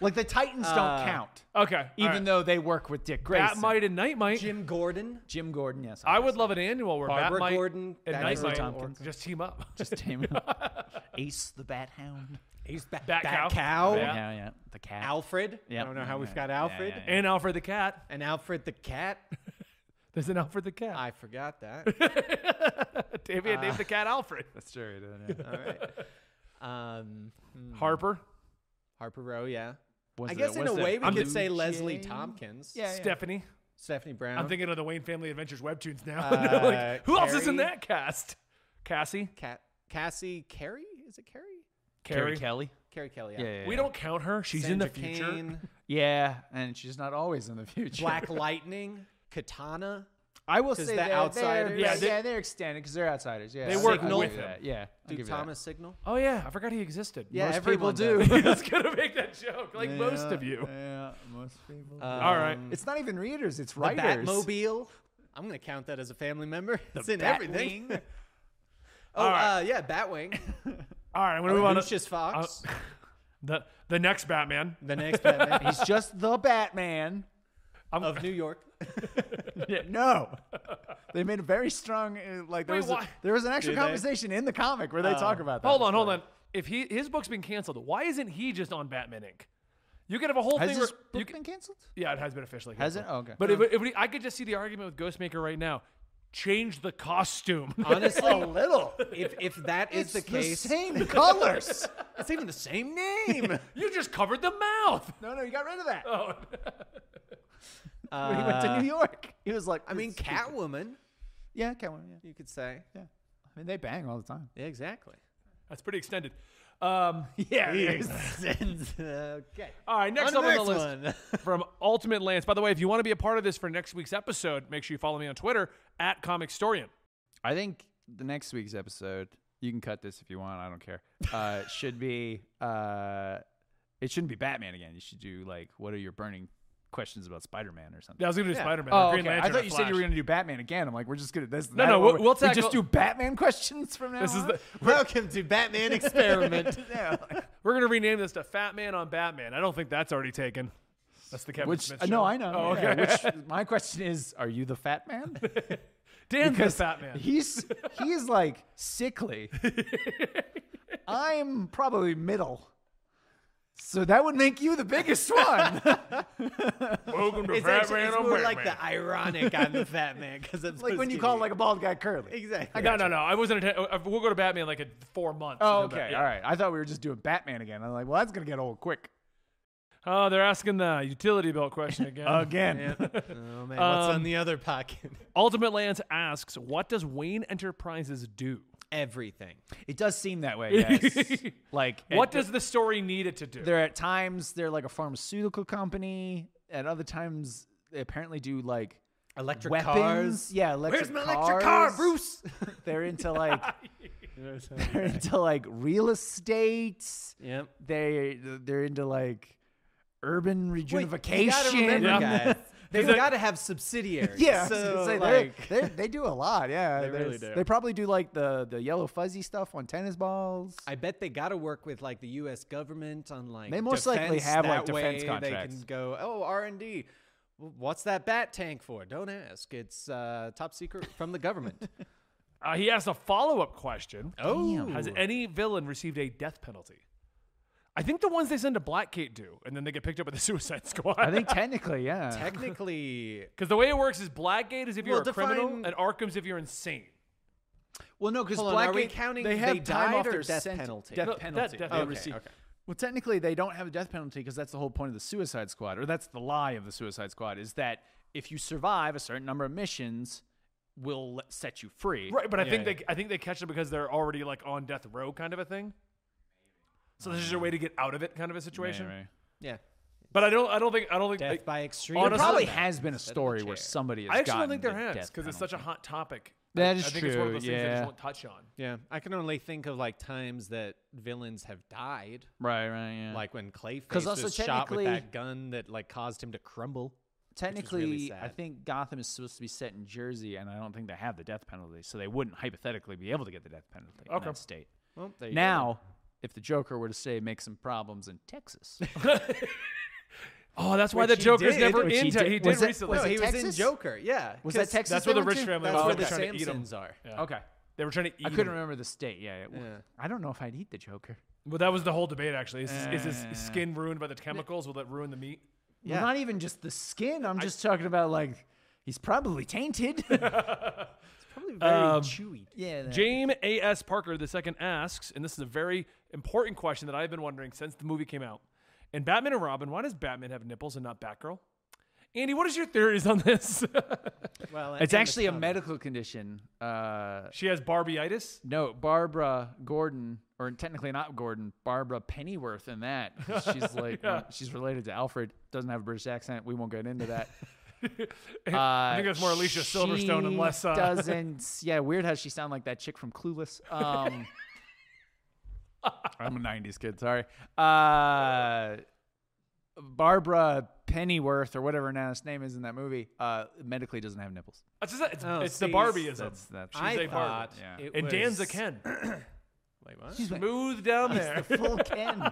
S3: Like the Titans don't
S2: Uh,
S3: count,
S1: Okay.
S3: even
S1: all right.
S3: though they work with Dick Grayson.
S1: Bat Might and Night Might.
S2: Jim Gordon.
S3: Jim Gordon, yes.
S1: I would love an annual where
S2: Barbara
S1: Bat Might
S2: Gordon,
S1: and
S2: Bat
S1: Night
S2: Might,
S1: Might
S3: Tompkins.
S1: just team up.
S3: just tame him. Ace the Bat Hound.
S2: He's Bat,
S1: Bat Cow.
S2: Cow.
S1: Yeah.
S3: Oh. yeah, yeah. The cat.
S2: Alfred.
S3: Yep.
S2: I don't know how
S3: Yeah,
S2: we've got
S3: yeah,
S2: Alfred.
S3: yeah, yeah.
S1: and Alfred the Cat.
S2: And Alfred the Cat.
S1: There's an Alfred the Cat.
S2: I forgot that.
S1: David named the cat Alfred.
S3: That's true. it is, yeah.
S2: All right. Um,
S1: Harper.
S2: Harper Row, yeah.
S3: was
S2: I
S3: the-
S2: guess in
S3: what's
S2: a
S3: the-
S2: way we
S1: I'm
S2: could
S1: the-
S2: say Leslie
S3: Jay?
S2: Tompkins,
S3: Yeah, yeah.
S1: Stephanie.
S2: Stephanie Brown.
S1: I'm thinking of the Wayne Family Adventures webtoons now.
S2: Uh,
S1: Like, who else is in
S2: Carrie?
S1: that cast? Cassie,
S2: Cat- Cassie Carey. Is it Carey?
S1: Carrie.
S3: Kelly.
S2: Carrie Kelly.
S3: Yeah, yeah,
S1: We
S3: yeah.
S1: don't count her. She's in the future.
S3: Yeah, and she's not always in the future.
S2: Black Lightning, Katana.
S3: I will
S2: 'Cause
S3: say
S2: the
S3: they're,
S2: outsiders-
S3: They're,
S1: Yeah,
S3: yeah,
S1: they-
S3: they, are extended because they're outsiders. Yeah,
S1: They
S3: I'll
S1: work
S3: give you
S1: with
S3: that.
S1: him.
S3: Yeah, I'll
S2: Dude,
S3: give you that.
S2: Thomas Signal.
S1: Oh yeah, I forgot he existed.
S2: Yeah,
S3: Most
S2: everyone
S3: people
S2: does.
S3: do.
S1: I was gonna make that joke, like most of you.
S3: Yeah, most people.
S1: All right.
S2: Um,
S3: it's not even readers; it's
S2: The
S3: writers.
S2: Batmobile. I'm gonna count that as a family member. It's in everything.
S3: Batwing.
S2: Oh
S1: All right.
S2: uh, yeah, Batwing.
S1: All right, I'm gonna move on. Uh, To,
S2: Lucius Fox.
S1: the the next Batman.
S2: the next Batman
S3: He's just the Batman.
S1: I'm,
S2: of New York.
S3: No, they made a very strong uh, like there
S1: Wait,
S3: was a-
S1: why-
S3: there was an actual
S2: Did they?
S3: conversation in the comic where they talk about that.
S1: hold on,
S3: before.
S1: hold on. If he his book's been canceled, why isn't he just on Batman Inc? You could have a whole
S3: Has
S1: thing.
S3: this
S1: where, you
S3: book
S1: could-
S3: been canceled?
S1: yeah, it has been officially.
S3: Has
S1: canceled.
S3: it? Oh, okay.
S1: But if, if we, I could just see the argument with Ghostmaker right now. Change the costume.
S2: Honestly,
S3: little.
S2: if if that
S3: It's
S2: is the case,
S3: same colors.
S2: it's even the same name.
S1: you just covered the mouth.
S3: no, no, you got rid of that.
S1: Oh,
S3: when he went to
S2: Uh,
S3: New York, he was like,
S2: I mean,
S3: "This is stupid."
S2: Catwoman.
S3: Yeah, Catwoman. Yeah,
S2: You could say.
S3: yeah. I mean, they bang all the time.
S2: Yeah, exactly.
S1: that's pretty extended. Um, yeah.
S2: okay.
S1: All right, next
S2: the
S1: up on the
S2: next
S1: list.
S2: one.
S1: from Ultimate Lance. By the way, if you want to be a part of this for next week's episode, make sure you follow me on Twitter at Comicstorian.
S3: I think the next week's episode, you can cut this if you want. I don't care. Uh, should be. Uh, it shouldn't be Batman again. You should do like, what are your burning questions about Spider-Man or something?
S1: Yeah, I was gonna do
S2: Yeah.
S1: Spider Man,
S3: Oh,
S1: Green
S3: okay.
S1: Lantern.
S3: I thought
S1: or
S3: you said you were
S1: Flash.
S3: going to do Batman again. I'm like, we're just going to this.
S1: No,
S3: that,
S1: no,
S3: or
S1: we'll- we'll
S3: we
S1: tackle-
S3: just do Batman questions from now.
S1: This is
S3: on?
S1: the,
S2: Welcome to Batman Experiment.
S3: yeah,
S1: we're gonna rename this to Fat Man on Batman. I don't think that's already taken. That's the Kevin
S3: which
S1: Smith
S3: uh,
S1: show.
S3: no, I know.
S1: Oh,
S3: yeah,
S1: okay.
S3: which my question is, are you the fat man?
S1: Dan's the
S3: because
S1: Fat Man.
S3: he's he's like sickly. I'm probably middle. So that would make you the biggest one.
S1: Welcome to
S2: It's,
S1: Fat
S2: actually,
S1: Man
S2: it's
S1: on
S2: more
S1: Batman.
S2: like the ironic on the Fat Man because it's
S3: like when you call like a bald guy curly.
S2: exactly.
S1: no, no, no. I wasn't. atta- uh, we'll go to Batman like in four months.
S3: Oh,
S1: No, but-
S3: okay.
S1: yeah.
S3: All right. I thought we were just doing Batman again. I'm like, well, that's gonna get old quick
S1: Oh, they're asking the utility bill question again.
S3: again.
S2: Oh man, what's
S1: Um,
S2: on the other pocket?
S1: Ultimate Lance asks, "What does Wayne Enterprises do?
S2: Everything.
S3: It does seem that way. Yes. like,
S1: What
S3: at-
S1: does the story need it to do?"
S3: they're at times they're like a pharmaceutical company. At other times, they apparently do like
S2: Electric
S3: weapons.
S2: cars.
S3: Yeah, electric
S2: Where's my electric car,
S3: cars.
S2: Bruce?
S3: They're into like they're into like real estate.
S2: yep.
S3: They they're into like urban reunification.
S2: You gotta remember,
S1: Yeah.
S2: guys, they've
S1: that-
S2: got to have subsidiaries.
S3: Yeah, I was
S2: so
S3: gonna say, they're-
S2: like,
S3: they're- they do a lot. Yeah,
S2: They really
S3: There's-
S2: do.
S3: They probably do like the the yellow fuzzy stuff on tennis balls.
S2: I bet they got to work with like the U.S. government on like.
S3: They most likely have, like,
S2: That
S3: defense
S2: way They
S3: contracts.
S2: can go, oh R and D. What's that bat tank for? Don't ask. It's uh, top secret from the government.
S1: Uh, he asked a follow up question.
S2: oh,
S1: Has any villain received a death penalty? I think the ones they send to Blackgate do, and then they get picked up by the Suicide Squad.
S3: I think technically, yeah.
S2: technically,
S1: because the way it works is Blackgate is if you're
S2: Well,
S1: a criminal,
S2: define-
S1: and Arkham's if you're insane.
S3: well, no, because
S2: Hold on, are we counting
S3: they
S2: they
S3: have time
S2: died
S3: off
S2: or
S3: their
S2: death
S3: senten-
S2: penalty?
S3: Death
S1: No, that
S3: penalty.
S1: death
S3: they
S1: penalty.
S3: receive.
S2: okay.
S3: Well, technically, they don't have a death penalty because that's the whole point of the Suicide Squad, or that's the lie of the Suicide Squad, is that if you survive a certain number of missions, will let- set you free.
S1: Right, but I
S2: Yeah,
S1: think they I think they catch them because they're already like on death row, kind of a thing. So this is your way to get out of it, kind of a situation.
S2: yeah,
S1: But I don't I don't think I don't think
S2: death
S1: like,
S2: by extreme.
S1: Honestly-
S3: There probably
S2: combat.
S3: has been a
S2: Sit in the
S3: story where
S2: chair.
S3: somebody has
S1: I actually don't
S3: gotten
S1: think there
S3: the
S1: has
S3: death
S1: because it's such a
S3: penalty.
S1: hot topic.
S3: That
S1: I,
S3: is
S1: I think it's one of
S3: true,
S1: those things they just
S3: yeah.
S1: won't touch on.
S2: Yeah, I can only think of like times that villains have died,
S3: Right, right, yeah.
S2: like when Clayface
S3: 'Cause
S2: was
S3: also
S2: shot with
S3: technically-
S2: that gun that like caused him to crumble.
S3: technically, I
S2: sad.
S3: think Gotham is supposed to be set in Jersey, and I don't think they have the death penalty, so they wouldn't hypothetically be able to get the death penalty in
S1: Okay.
S3: that state.
S2: Well, there you go.
S3: Now, if the Joker were to say make some problems in Texas,
S1: Oh, that's why
S2: Which
S1: the
S2: he
S1: Joker's
S2: did,
S1: never
S3: which
S1: in.
S3: he
S1: Te-
S3: did.
S1: he did
S3: Was it-
S1: recently.
S2: no,
S3: it
S2: he was
S3: Texas?
S2: in Joker. Yeah,
S3: was
S2: 'cause
S3: that Texas?
S1: that's
S3: they
S1: where the
S3: went
S1: rich
S3: to?
S1: family
S2: That's
S1: was
S2: where
S1: Oh,
S2: the
S1: trying to eat 'em.
S2: Samsons are.
S3: Okay,
S1: They were trying to eat.
S3: I
S1: him.
S3: couldn't remember the state. Yeah, yeah.
S2: Yeah.
S3: I don't know if I'd eat the Joker.
S1: Well, that was the whole debate. Actually, is, is his
S3: Uh.
S1: skin ruined by the chemicals? Will that ruin the meat?
S3: Well, not even just the skin. I'm just talking about like he's probably tainted.
S2: Probably very
S1: Um,
S2: chewy.
S3: yeah.
S1: James A.S. Parker the second asks, and this is a very important question that I've been wondering since the movie came out. And Batman and Robin, why does Batman have nipples and not Batgirl? Andy, what is your theories on this?
S2: Well,
S3: It's
S2: and
S3: actually a
S2: Masada.
S3: medical condition. Uh,
S1: she has Barbieitis.
S3: no, Barbara Gordon, or technically not Gordon, Barbara Pennyworth in that. 'cause She's like, she's related to Alfred, doesn't have a British accent. We won't get into that. Uh,
S1: I think that's more Alicia Silverstone and
S3: she
S1: less. Uh,
S3: doesn't. Yeah, weird how she sound like that chick from Clueless. Um, I'm a '90s kid. Sorry. Uh, Barbara Pennyworth or whatever her last name is in that movie uh, medically doesn't have nipples.
S1: It's, just- it's-
S2: Oh,
S1: it's the
S2: see,
S1: Barbieism.
S3: That's that's.
S1: I-
S2: I
S1: a barber.
S2: thought
S3: Yeah.
S2: it
S1: and
S2: was,
S1: Danza Ken.
S2: Wait, what?
S1: Smooth down there.
S3: full Ken.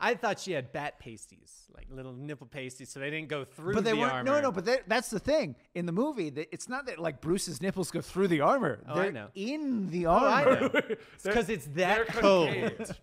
S2: I thought she had bat pasties, like little nipple pasties, so they didn't go through.
S3: But they
S2: the
S3: weren't.
S2: armor.
S3: No, no. But they, that's the thing in the movie. That it's not that like Bruce's nipples go through the armor.
S2: Oh, I
S3: They're
S2: know.
S3: in the armor.
S2: I know. It's
S1: They're-
S2: because it's
S1: They're
S2: that cold.
S1: concave.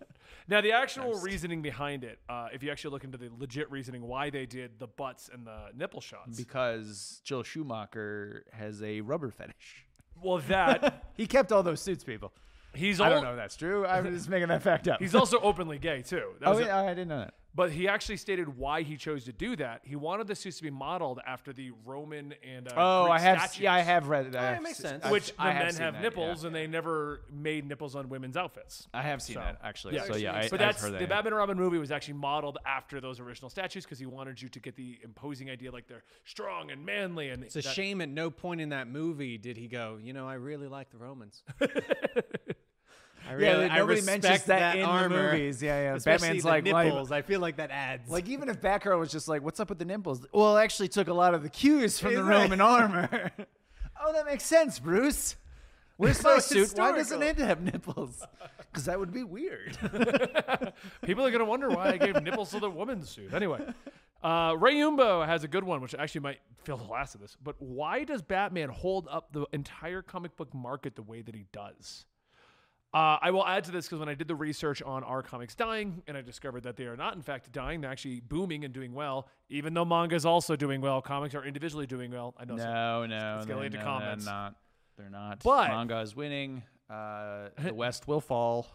S1: Now, the actual reasoning behind it, uh, if you actually look into the legit reasoning why they did the butts and the nipple shots,
S3: Because Jill Schumacher has a rubber fetish.
S1: well, that
S3: He kept all those suits, people.
S1: he's
S3: I
S1: al-
S3: don't know if that's true. I'm just making that fact up.
S1: he's also openly gay too. That
S3: oh,
S1: was a-
S3: yeah, I didn't know that.
S1: But he actually stated why he chose to do that. He wanted the suits to be modeled after the Roman and uh,
S3: Oh,
S1: Greek
S3: I have.
S1: statues,
S3: Yeah, I have read that.
S2: Oh,
S3: I
S2: it
S3: have
S2: makes
S3: se-
S2: sense.
S3: I've-
S1: Which the
S3: I have
S1: men
S3: seen
S1: have
S3: that,
S1: nipples,
S3: yeah.
S1: and they never made nipples on women's outfits.
S3: I have seen
S1: So,
S3: that actually.
S1: yeah.
S3: So yeah, I,
S1: but
S3: I've
S1: that's
S3: heard that,
S1: the
S3: yeah.
S1: Batman and Robin movie was actually modeled after those original statues because he wanted you to get the imposing idea, like they're strong and manly. And
S2: It's a shame. At no point in that movie did he go. You know, I really like the Romans. I
S3: Yeah,
S2: really,
S3: that
S2: I
S3: nobody
S2: respect
S3: mentions that, in
S2: armor.
S3: the movies. Yeah, yeah.
S2: Especially
S3: Batman's
S2: the
S3: like, like-
S2: nipples. I feel like that adds.
S3: like even if Batgirl was just like, "What's up with the nipples?" Well, it actually took a lot of the cues from the
S2: Right.
S3: Roman armor. oh, that makes sense, Bruce. Where's my
S2: So
S3: suit? Why doesn't it
S2: historical.
S3: have nipples? Because that would be weird.
S1: People are gonna wonder why I gave nipples to the woman's suit. Anyway, uh, Ray Umbo has a good one, which actually might fill the last of this. But why does Batman hold up the entire comic book market the way that he does? Uh, I will add to this because when I did the research on our comics dying, and I discovered that they are not in fact dying, they're actually booming and doing well. Even though manga is also doing well, comics are individually doing well. I know. some-
S3: no,
S1: it's gonna lead to comments.
S3: They're not. They're not.
S1: But-
S3: manga is winning. Uh, the West will fall.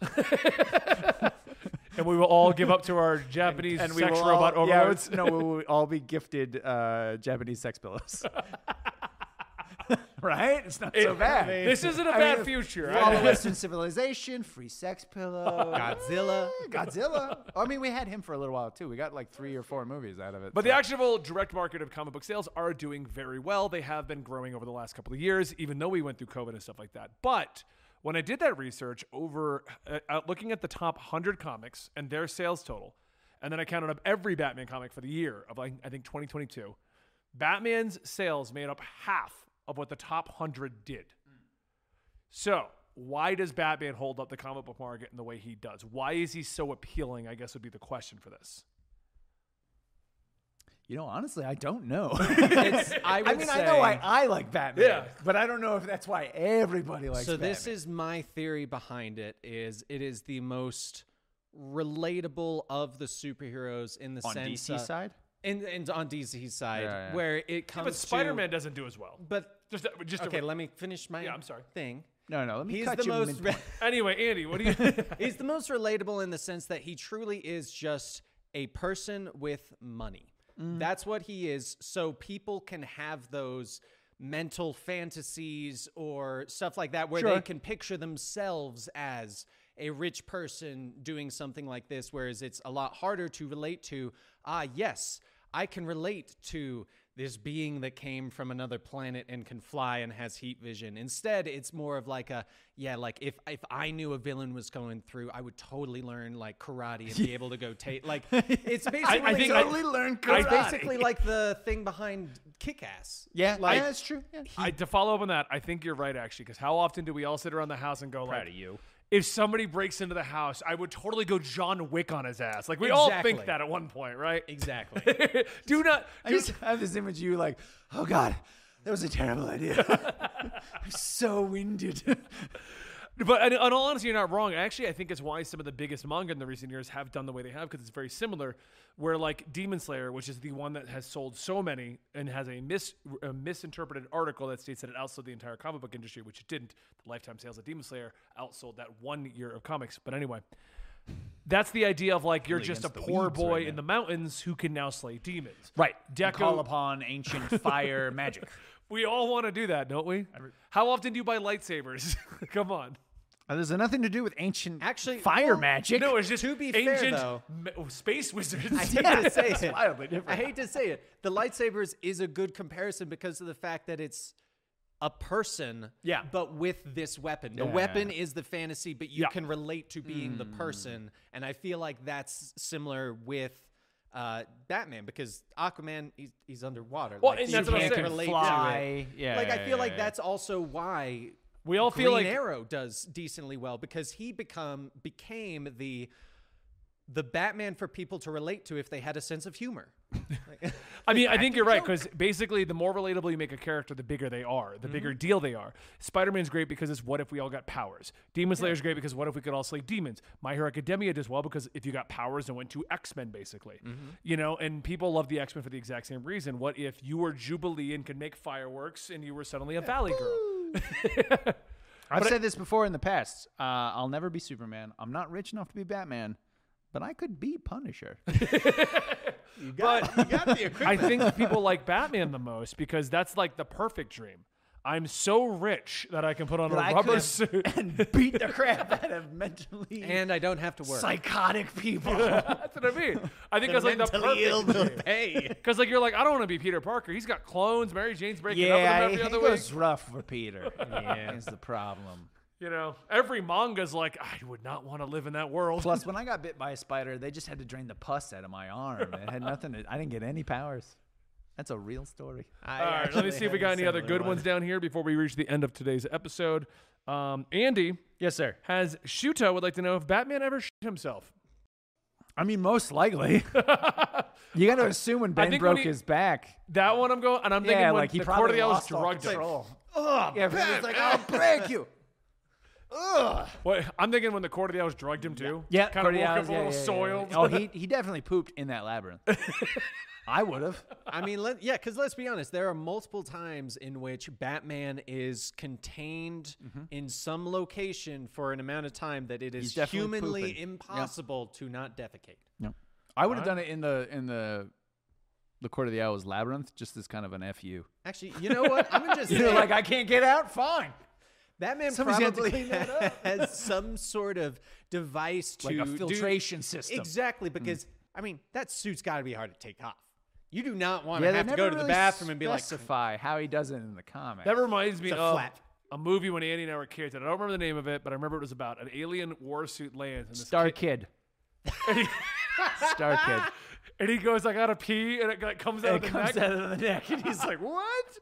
S1: and we will all give up to our Japanese sex
S3: will
S1: robot
S3: all, yeah,
S1: overlords.
S3: it's- no, we will all be gifted uh, Japanese sex pillows. right? It's not so
S1: It-
S3: bad.
S1: this isn't a
S3: I
S1: bad
S3: mean,
S1: future.
S3: All of
S1: I-
S3: Western civilization, free sex pillow,
S2: Godzilla.
S3: Godzilla. I mean, we had him for a little while too. We got like three or four movies out of it.
S1: But the
S3: so-
S1: actual direct market of comic book sales are doing very well. They have been growing over the last couple of years, even though we went through COVID and stuff like that. But when I did that research over uh, uh, looking at the top 100 comics and their sales total, and then I counted up every Batman comic for the year of like, I think 2022, Batman's sales made up half of what the top 100 did. So, why does Batman hold up the comic book market in the way he does? Why is he so appealing? I guess would be the question for this.
S3: you know, honestly, I don't know.
S2: It's- I,
S3: I
S2: would
S3: mean, I know
S2: say-
S3: why I like Batman,
S1: Yeah.
S3: but I don't know if that's why everybody likes.
S2: so this
S3: Batman.
S2: is my theory behind it is it is the most relatable of the superheroes in the sense of- and, and on DC's side
S3: Yeah, yeah.
S2: where it comes
S1: But
S2: to-
S1: Spider Man doesn't do as well.
S2: but
S1: Just, uh, just
S2: okay
S1: A,
S2: let me finish my
S1: Yeah, I'm sorry.
S2: thing
S3: No, no. Let me
S2: he's
S3: cut
S2: the
S3: you
S2: most
S3: mid-
S1: anyway, Andy, what do you?
S2: he's the most relatable in the sense that he truly is just a person with money. That's what he is. So people can have those mental fantasies or stuff like that where
S3: Sure.
S2: they can picture themselves as a rich person doing something like this, whereas it's a lot harder to relate to. Ah, yes, I can relate to this being that came from another planet and can fly and has heat vision. Instead, it's more of like a yeah, like if if I knew a villain was going through, I would totally learn like karate and be able to go take like it's basically
S1: I think I-
S3: totally learned
S2: it's
S3: karate.
S2: basically like the thing behind Kick Ass.
S3: yeah,
S2: like
S3: yeah, that's true. Yeah.
S1: I, to follow up on that, I think you're right actually, because how often do we all sit around the house and go like,
S2: of you.
S1: if somebody breaks into the house, I would totally go John Wick on his ass. Like we all think
S2: Exactly.
S1: that at one point, right?
S2: exactly.
S1: do not.
S3: I just have this image of you like, oh god, that was a terrible idea. I'm so winded.
S1: But in, in all honesty, you're not wrong. Actually, I think it's why some of the biggest manga in the recent years have done the way they have because it's very similar. Where like Demon Slayer, which is the one that has sold so many and has a, mis- a misinterpreted article that states that it outsold the entire comic book industry, which it didn't. The lifetime sales of Demon Slayer outsold that one year of comics. But anyway, That's the idea of like you're
S3: Really
S1: just a
S3: against the
S1: poor
S3: weeds right
S1: boy
S3: now.
S1: in the mountains who can now slay demons.
S3: Right.
S1: Deco-
S3: Call upon ancient fire magic.
S1: We all want to do that, don't we? How often do you buy lightsabers? Come on.
S3: Uh, there's nothing to do with ancient
S2: Actually,
S3: fire
S2: well,
S3: magic.
S1: No, it's just
S2: To be fair,
S1: ancient
S2: though-
S1: ma- space wizards.
S2: I hate to say it.
S3: wildly different.
S2: I hate to say it. The lightsabers is a good comparison because of the fact that it's a person,
S3: Yeah.
S2: but with this weapon. The
S3: Yeah.
S2: weapon is the fantasy, but you
S1: Yeah.
S2: can relate to being
S3: Hmm.
S2: the person, and I feel like that's similar with. Uh, Batman, because Aquaman, he's, he's underwater.
S1: Well,
S2: like,
S1: and
S2: you
S1: that's what I'm
S2: can't
S1: saying.
S2: relate to
S3: Fly.
S2: it.
S3: Yeah,
S2: like I
S3: yeah,
S2: feel
S3: yeah,
S2: like
S3: yeah.
S2: that's also why
S1: we all
S2: Green
S1: feel like
S2: Arrow does decently well because he become became the the Batman for people to relate to if they had a sense of humor. Like-
S1: I mean, I think you're right because basically, the more relatable you make a character, the bigger they are, the bigger deal they are. Spider Man's great because it's what if we all got powers. Demon Slayer's great because what if we could all slay demons. My Hero Academia does well because if you got powers and went to X Men, basically, you know. And people love the X Men for the exact same reason. What if you were Jubilee and could make fireworks, and you were suddenly a Valley Girl?
S3: I've said this before in the past. Uh, I'll never be Superman. I'm not rich enough to be Batman, but I could be Punisher.
S1: But
S2: got the
S1: I think people like Batman the most because that's like the perfect dream. I'm so rich that I can put on
S3: That I
S1: a rubber
S3: could-
S1: suit.
S3: Beat the crap out of mentally
S2: and I don't have to work.
S3: psychotic people. That's
S1: That's what I mean. I think that's like the perfect
S3: pay.
S1: Because like you're like, I don't want to be Peter Parker. He's got clones. Mary Jane's breaking
S3: Yeah,
S1: up with
S3: it,
S1: him every
S3: it
S1: other week.
S3: goes rough for Peter. yeah, is the problem.
S1: You know, every manga's like, I would not want to live in that world.
S3: Plus, when I got bit by a spider, they just had to drain the pus out of my arm. It had nothing. To, I didn't get any powers. That's a real story.
S1: All right, let me see if we got any other good ones down here before we reach the end of today's episode. Um, Andy
S3: Yes, sir.
S1: has Shuto would like to know if Batman ever shit himself.
S3: I mean, most likely. you got to assume when Ben
S1: think
S3: broke
S1: when he-
S3: his back.
S1: That one I'm going, and I'm thinking
S3: yeah,
S1: when
S3: like he
S1: the
S3: probably
S1: Court of the Owls
S3: lost all
S1: drugged him.
S3: control. Ugh, yeah, Ben was like, I'll break you. Ugh.
S1: What, I'm thinking when the Court of the Owls drugged him too.
S3: Yeah,
S1: kind of
S3: Court
S1: woke
S3: the
S1: up
S3: Owls,
S1: a
S3: yeah,
S1: little
S3: yeah, yeah, yeah.
S1: soiled.
S3: Oh, he he definitely pooped in that labyrinth. I would have.
S2: I mean, let, yeah, because let's be honest, there are multiple times in which Batman is contained in some location for an amount of time that it is
S3: Mm-hmm. He's definitely
S2: humanly
S3: pooping. Yeah.
S2: impossible to not defecate.
S3: No, I would have done it in the in the the court of the owls labyrinth, just as kind of an fu.
S2: Actually, you know what? I'm gonna just
S3: You're
S2: say-
S3: like, I can't get out. Fine.
S2: Batman
S3: Somebody's gonna have to
S2: probably
S3: clean that up.
S2: has some sort of device to
S3: Like a
S2: do-
S3: filtration system. Hmm.
S2: Exactly, because I mean that suit's got to be hard to take off. You do not want
S3: Yeah,
S2: to
S3: they
S2: have
S3: never
S2: to go to the
S3: really
S2: bathroom and be like,
S3: specify how he does it in the comics.
S1: That reminds me
S2: It's a
S1: of
S2: flap.
S1: a movie when Andy and I were kids, and I don't remember the name of it, but I remember it was about an alien warsuit lands, and, this
S3: Star Kid. Star Kid.
S1: kid- and he goes, "I gotta pee," and it like, comes out
S2: Oh,
S1: of
S3: And it
S1: the
S3: comes
S1: neck.
S3: out of the neck, and he's like, "What?"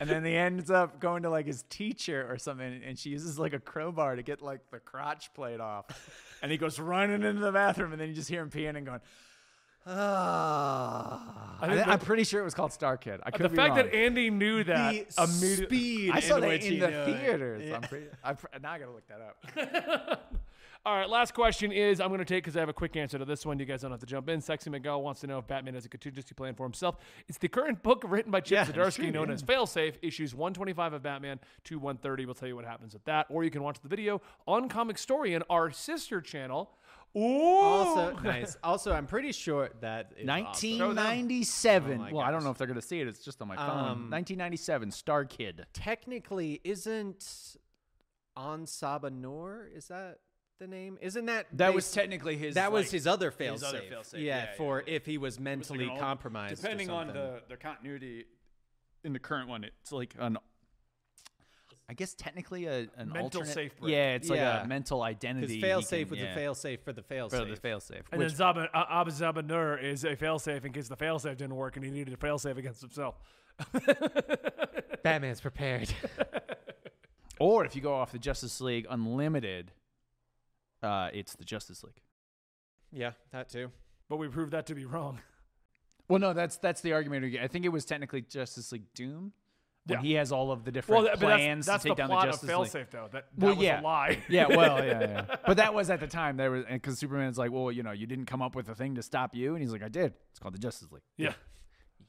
S3: and then he ends up going to like his teacher or something, and she uses like a crowbar to get like the crotch plate off, and he goes running into the bathroom, and then you just hear him peeing and going. Ah, I
S1: think the-
S3: am pretty sure it was called Star Kid. I could
S1: the
S3: be
S1: fact
S3: wrong.
S1: that Andy knew that
S2: the
S1: immediately.
S2: speed.
S3: I saw
S2: in
S3: that
S2: which
S3: in
S2: he
S3: the
S2: knew it.
S3: theaters. I'm pretty, I pr- now I gotta look that up.
S1: All right, last question is I'm going to take because I have a quick answer to this one. You guys don't have to jump in. Sexy Miguel wants to know if Batman has a contingency plan for himself. It's the current book written by Chip
S2: Yeah,
S1: Zdarsky
S2: sure,
S1: known as Failsafe, issues 125 of Batman to 130. We'll tell you what happens with that. Or you can watch the video on Comic Story in our sister channel. Ooh!
S2: Also nice. Also, I'm pretty sure that is awesome.
S3: 1997.
S2: Oh my
S3: well, I don't
S2: gosh.
S3: know if they're gonna see it. It's just on my phone. 1997. Star Kid.
S2: um, technically isn't on Sabanor. Is that the name? Isn't that
S3: That
S2: based-
S3: was technically his.
S2: that was
S3: like,
S2: his other failsafe.
S3: his other failsafe,
S2: Yeah,
S3: yeah, yeah,
S2: for if he was mentally
S3: an old-
S2: compromised. or
S3: depending on
S2: something.
S3: the the continuity in the current one it's like an i guess technically a an
S1: Mental
S3: alternate-
S1: safe break.
S3: yeah it's like
S2: Yeah.
S3: a mental identity
S2: Because
S3: he
S2: failsafe
S3: can-
S2: with
S3: yeah.
S2: the failsafe for the failsafe.
S3: for the failsafe
S1: and then Zaba, uh, Abzabanur is a failsafe in case the failsafe didn't work and he needed a failsafe against himself.
S2: Batman's prepared.
S3: or if you go off the justice league unlimited uh it's the justice league
S2: yeah, that too.
S1: But we proved that to be wrong.
S3: well no that's that's the argument we get. i think it was technically justice league doom when
S1: Yeah.
S3: he has all of the
S1: Well,
S3: different
S1: that, but
S3: plans
S1: that's, that's
S3: to
S1: the
S3: take down
S1: plot
S3: the
S1: of
S3: justice league
S1: Failsafe, though. That, that
S3: Well,
S1: was
S3: yeah.
S1: a lie.
S3: yeah, well, yeah, yeah. But that was at the time. There was because Superman's like, well, you know, you didn't come up with a thing to stop you, and he's like, I did. It's called the Justice League.
S1: yeah.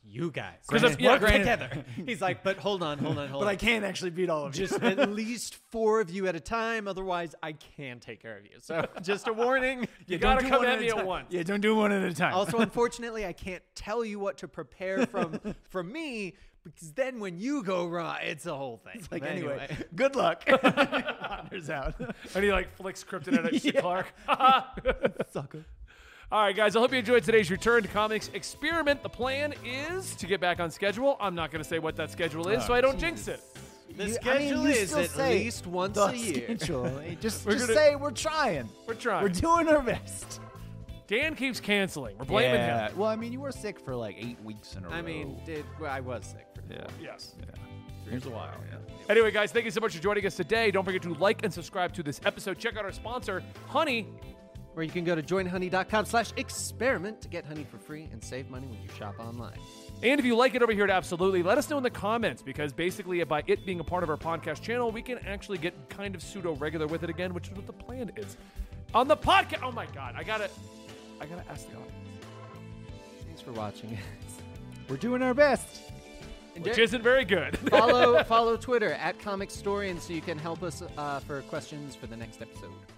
S2: you guys.
S1: 'Cause
S2: Let's
S1: if- yeah,
S2: work
S1: granted-
S2: together. He's like, but hold on, hold on, hold
S4: But
S2: on.
S4: I can't actually beat all of you.
S2: just at least four of you at a time. Otherwise, I can take care of you. So just a warning.
S1: You
S4: Don't
S1: gotta
S4: do
S1: come
S4: one
S1: at me
S4: a
S1: at
S4: time.
S1: once.
S4: Yeah, don't do one at a time.
S2: also, unfortunately, I can't tell you what to prepare from from me because then when you go wrong, it's a whole thing.
S4: like
S2: But
S4: anyway, good luck. Wanders out.
S1: And he like flicks kryptonite at Shit Clark.
S2: sucker.
S1: All right, guys, I hope you enjoyed today's Return to Comics experiment. The plan is to get back on schedule. I'm not going to say what that schedule is, so I don't jinx it.
S2: The
S4: You- I mean,
S2: schedule
S4: you
S2: is
S4: still
S2: at
S4: say
S2: least once
S4: the
S2: a year.
S4: schedule. Just,
S1: We're
S4: just
S1: gonna-
S4: say we're trying.
S1: We're trying.
S4: We're doing our best.
S1: Dan keeps canceling. We're blaming
S3: yeah.
S1: him.
S3: Well, I mean, you were sick for like eight weeks in a row.
S2: I mean, did, well, I was sick. For
S3: yeah.
S1: Yes.
S3: Here's a while. Yeah.
S1: Anyway, guys, thank you so much for joining us today. Don't forget to like and subscribe to this episode. Check out our sponsor, Honey.
S2: Or you can go to joinhoney.com slash experiment to get honey for free and save money when you shop online.
S1: And if you like it over here at Absolutely, let us know in the comments because basically, by it being a part of our podcast channel, we can actually get kind of pseudo regular with it again, which is what the plan is. On the podcast. Oh my God, I gotta, I gotta ask the audience,
S2: Thanks for watching.
S4: We're doing our best.
S2: And
S1: which
S2: Jer-
S1: isn't very good.
S2: follow follow Twitter at Comic Storian so you can help us uh, for questions for the next episode.